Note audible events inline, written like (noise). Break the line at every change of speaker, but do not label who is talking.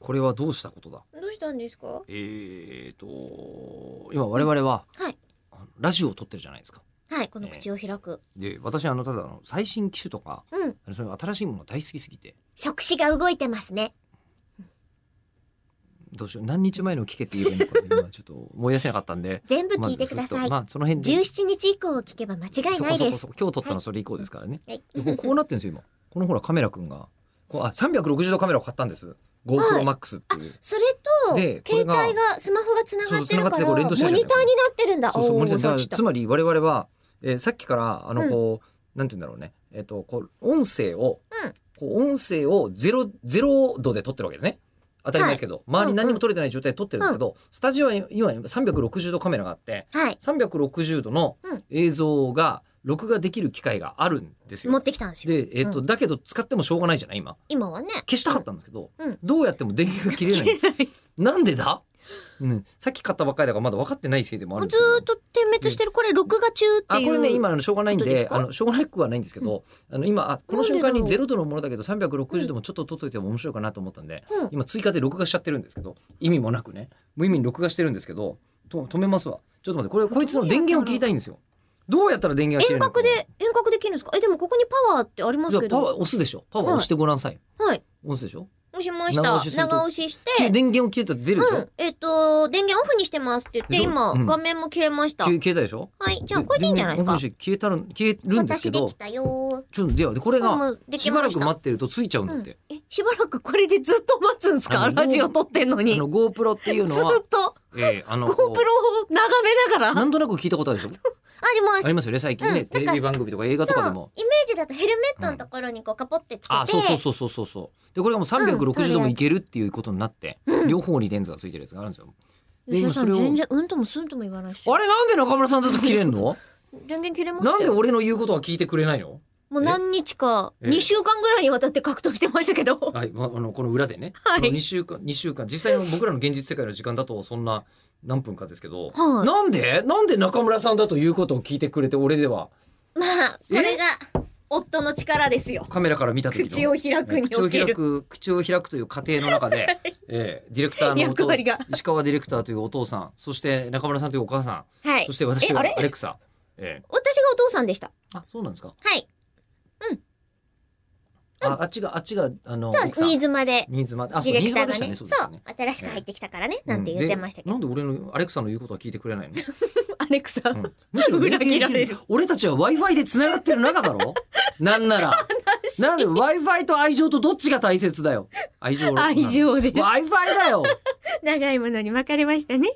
これはどうしたことだ
どうしたんですか
えーと今我々は
はい
あのラジオを撮ってるじゃないですか
はいこの口を開く、
で私あのただあの最新機種とか
うん
あのそういう新しいものが大好きすぎて
触手が動いてますね
どうしよう何日前の聞けって言えばいいのかな今ちょっと思い出せなかったんで
全部
まず
聞いてくだ
ちょ
さ
っ
い、
とまあその辺で
17日以降を聞けば間違い
そ
な
こ
い
そ
で
こ
す
そこ今日撮ったのそれ以降ですからね、
はい
でこうこうなってるんですよ今このほらカメラくんがこうあ360度カメラを買ったんです GoProMax っていう、
それ
で
と
これ
携
が
帯がスマホがつながってる
そう繋がっ
か
て
ら
こう
モ
連
ニ
動
タ
し
ー
てるじ
にな
ゃない
ってるんだ
そうそう
おー
森田さんだか
そう
ら
きっと
つまり我々は、えーさっきからあの
うん
こう、なんて言うんだろうねえっ、とこう音声を、
うん
こう音声をゼロゼロ度で撮ってるわけですね当たり前ですけど、周り何も撮れてない状態で撮ってるんですけど、スタジオは今360度カメラがあって
はい
360度の
うん
映像が録画できる機会があるんですよ。
持ってきたんですよ
で、えっと
う
だけど使ってもしょうがないじゃない今
今はね
消したかったんですけど、
うん
どうやっても電源が切れないん
(laughs)
ですよなんでだ、うん、さっき買ったばっかりだからまだ分かってないせいでもあるん
ず
ですけど
ーっと点滅してるこれ録画中って
あ
いう
これね今あのしょうがないんで
ことですか
あのしょうがなくはないんですけど、あの今あこの瞬間に
なんで
ゼ
だろ
ロ度のものだけど360度もちょっと撮っといても面白いかなと思ったんで、
うん
今追加で録画しちゃってるんですけど意味もなくね無意味に録画してるんですけどと止めますわちょっと待ってこれこいつの電源を切りたいんですよどうやったら電源が切れ
遠
るのか
隔で遠隔できるんですかえでもここにパワーってありま
じ
す
ゃあ
け
パワー
ど
押すでしょパワー押してごらんさい、
はい
押すでしょ
押しまし
長
た
押しすると
長押しし
き
て
電源を切れたら出るでしょ、
うん、えっ、と、電源オフにしてますって言って、
でしょ
今、
うん
画面も切れました。
消え消えたでしょ
はい、じゃあ、これでいいんじゃないですか。
電源消えたら消えるんですけ
私で
ど
きたよー。
ちょっとではこれ
も
が
うで
し
き
ば
ま
ら
し
く
た。
待ってるとついちゃうんだ
う
っ
ん
て、、
えしばらくこれでずっと待つんです
あ
か
の
ラジオ撮ってんのに
あ
ず
の
っ
GoPro っていうのは
と
ええあ
GoPro
の
を
こう
眺めながら
な
あ
んとなく聞いたことあるでしょ
(laughs) ります
ありますよね最近ね、
うん
テレビ番組とか映画と
そ
かで
うイメ
も
ージだとヘルメットのところにこうカポってつけて、
あそうそうそうそうそうそうでこれがもう360度もいけるっていうことになって、
うん
両方にレンズがついてるやつがあるんですよで
吉
今
田さ
そ
ん
れを
全然うんともすんとも言わないし
あれなんで中村さんだと切れんの
電源切れま
な
し
んで
たよ
俺の言うことは聞いてくれないの
もう何日か
ええ
2週間ぐらいにわたって格闘してましたけど、
はい、まあ、あのこの裏でね、
はい
この2週間2週間実際の僕らの現実世界の時間だとそんな何分かですけど、
はい
なんでなんで中村さんだということを聞いてくれて俺では
まあこれが夫の力ですよ
カメラから見た時の
口を開くに
口
お
を
け
開
る
く口を開くという過程の中
(laughs)
で、えーディレクターのお
役
父
割が
石川ディレクターというお父さんそして中村さんというお母さ
は
ん
い
そして私
え
は
あれ
アレクサ、え
私がお父さんでした
ーあそうなんですか、
はい
ああっちがあっちがあの
そう
奥さん
新妻で
新妻あそ
デ
う
ィレク
新
タ
妻で
ーが
した
ね
ねそう
そ
うですね
新しく入ってきたからねなんて言ってましたけど、
うんでなんで俺のアレクサの言うことは聞いてくれないの
アレクサ、 (laughs)
うんむしろ
裏切られる
連携でき俺たちは Wi-Fi で繋がってる中だ
(laughs)
ろなんなら。なんで Wi-Fi と愛情とどっちが大切だよ。愛情。
愛情です
Wi-Fi だよ。
長いものに巻かれましたね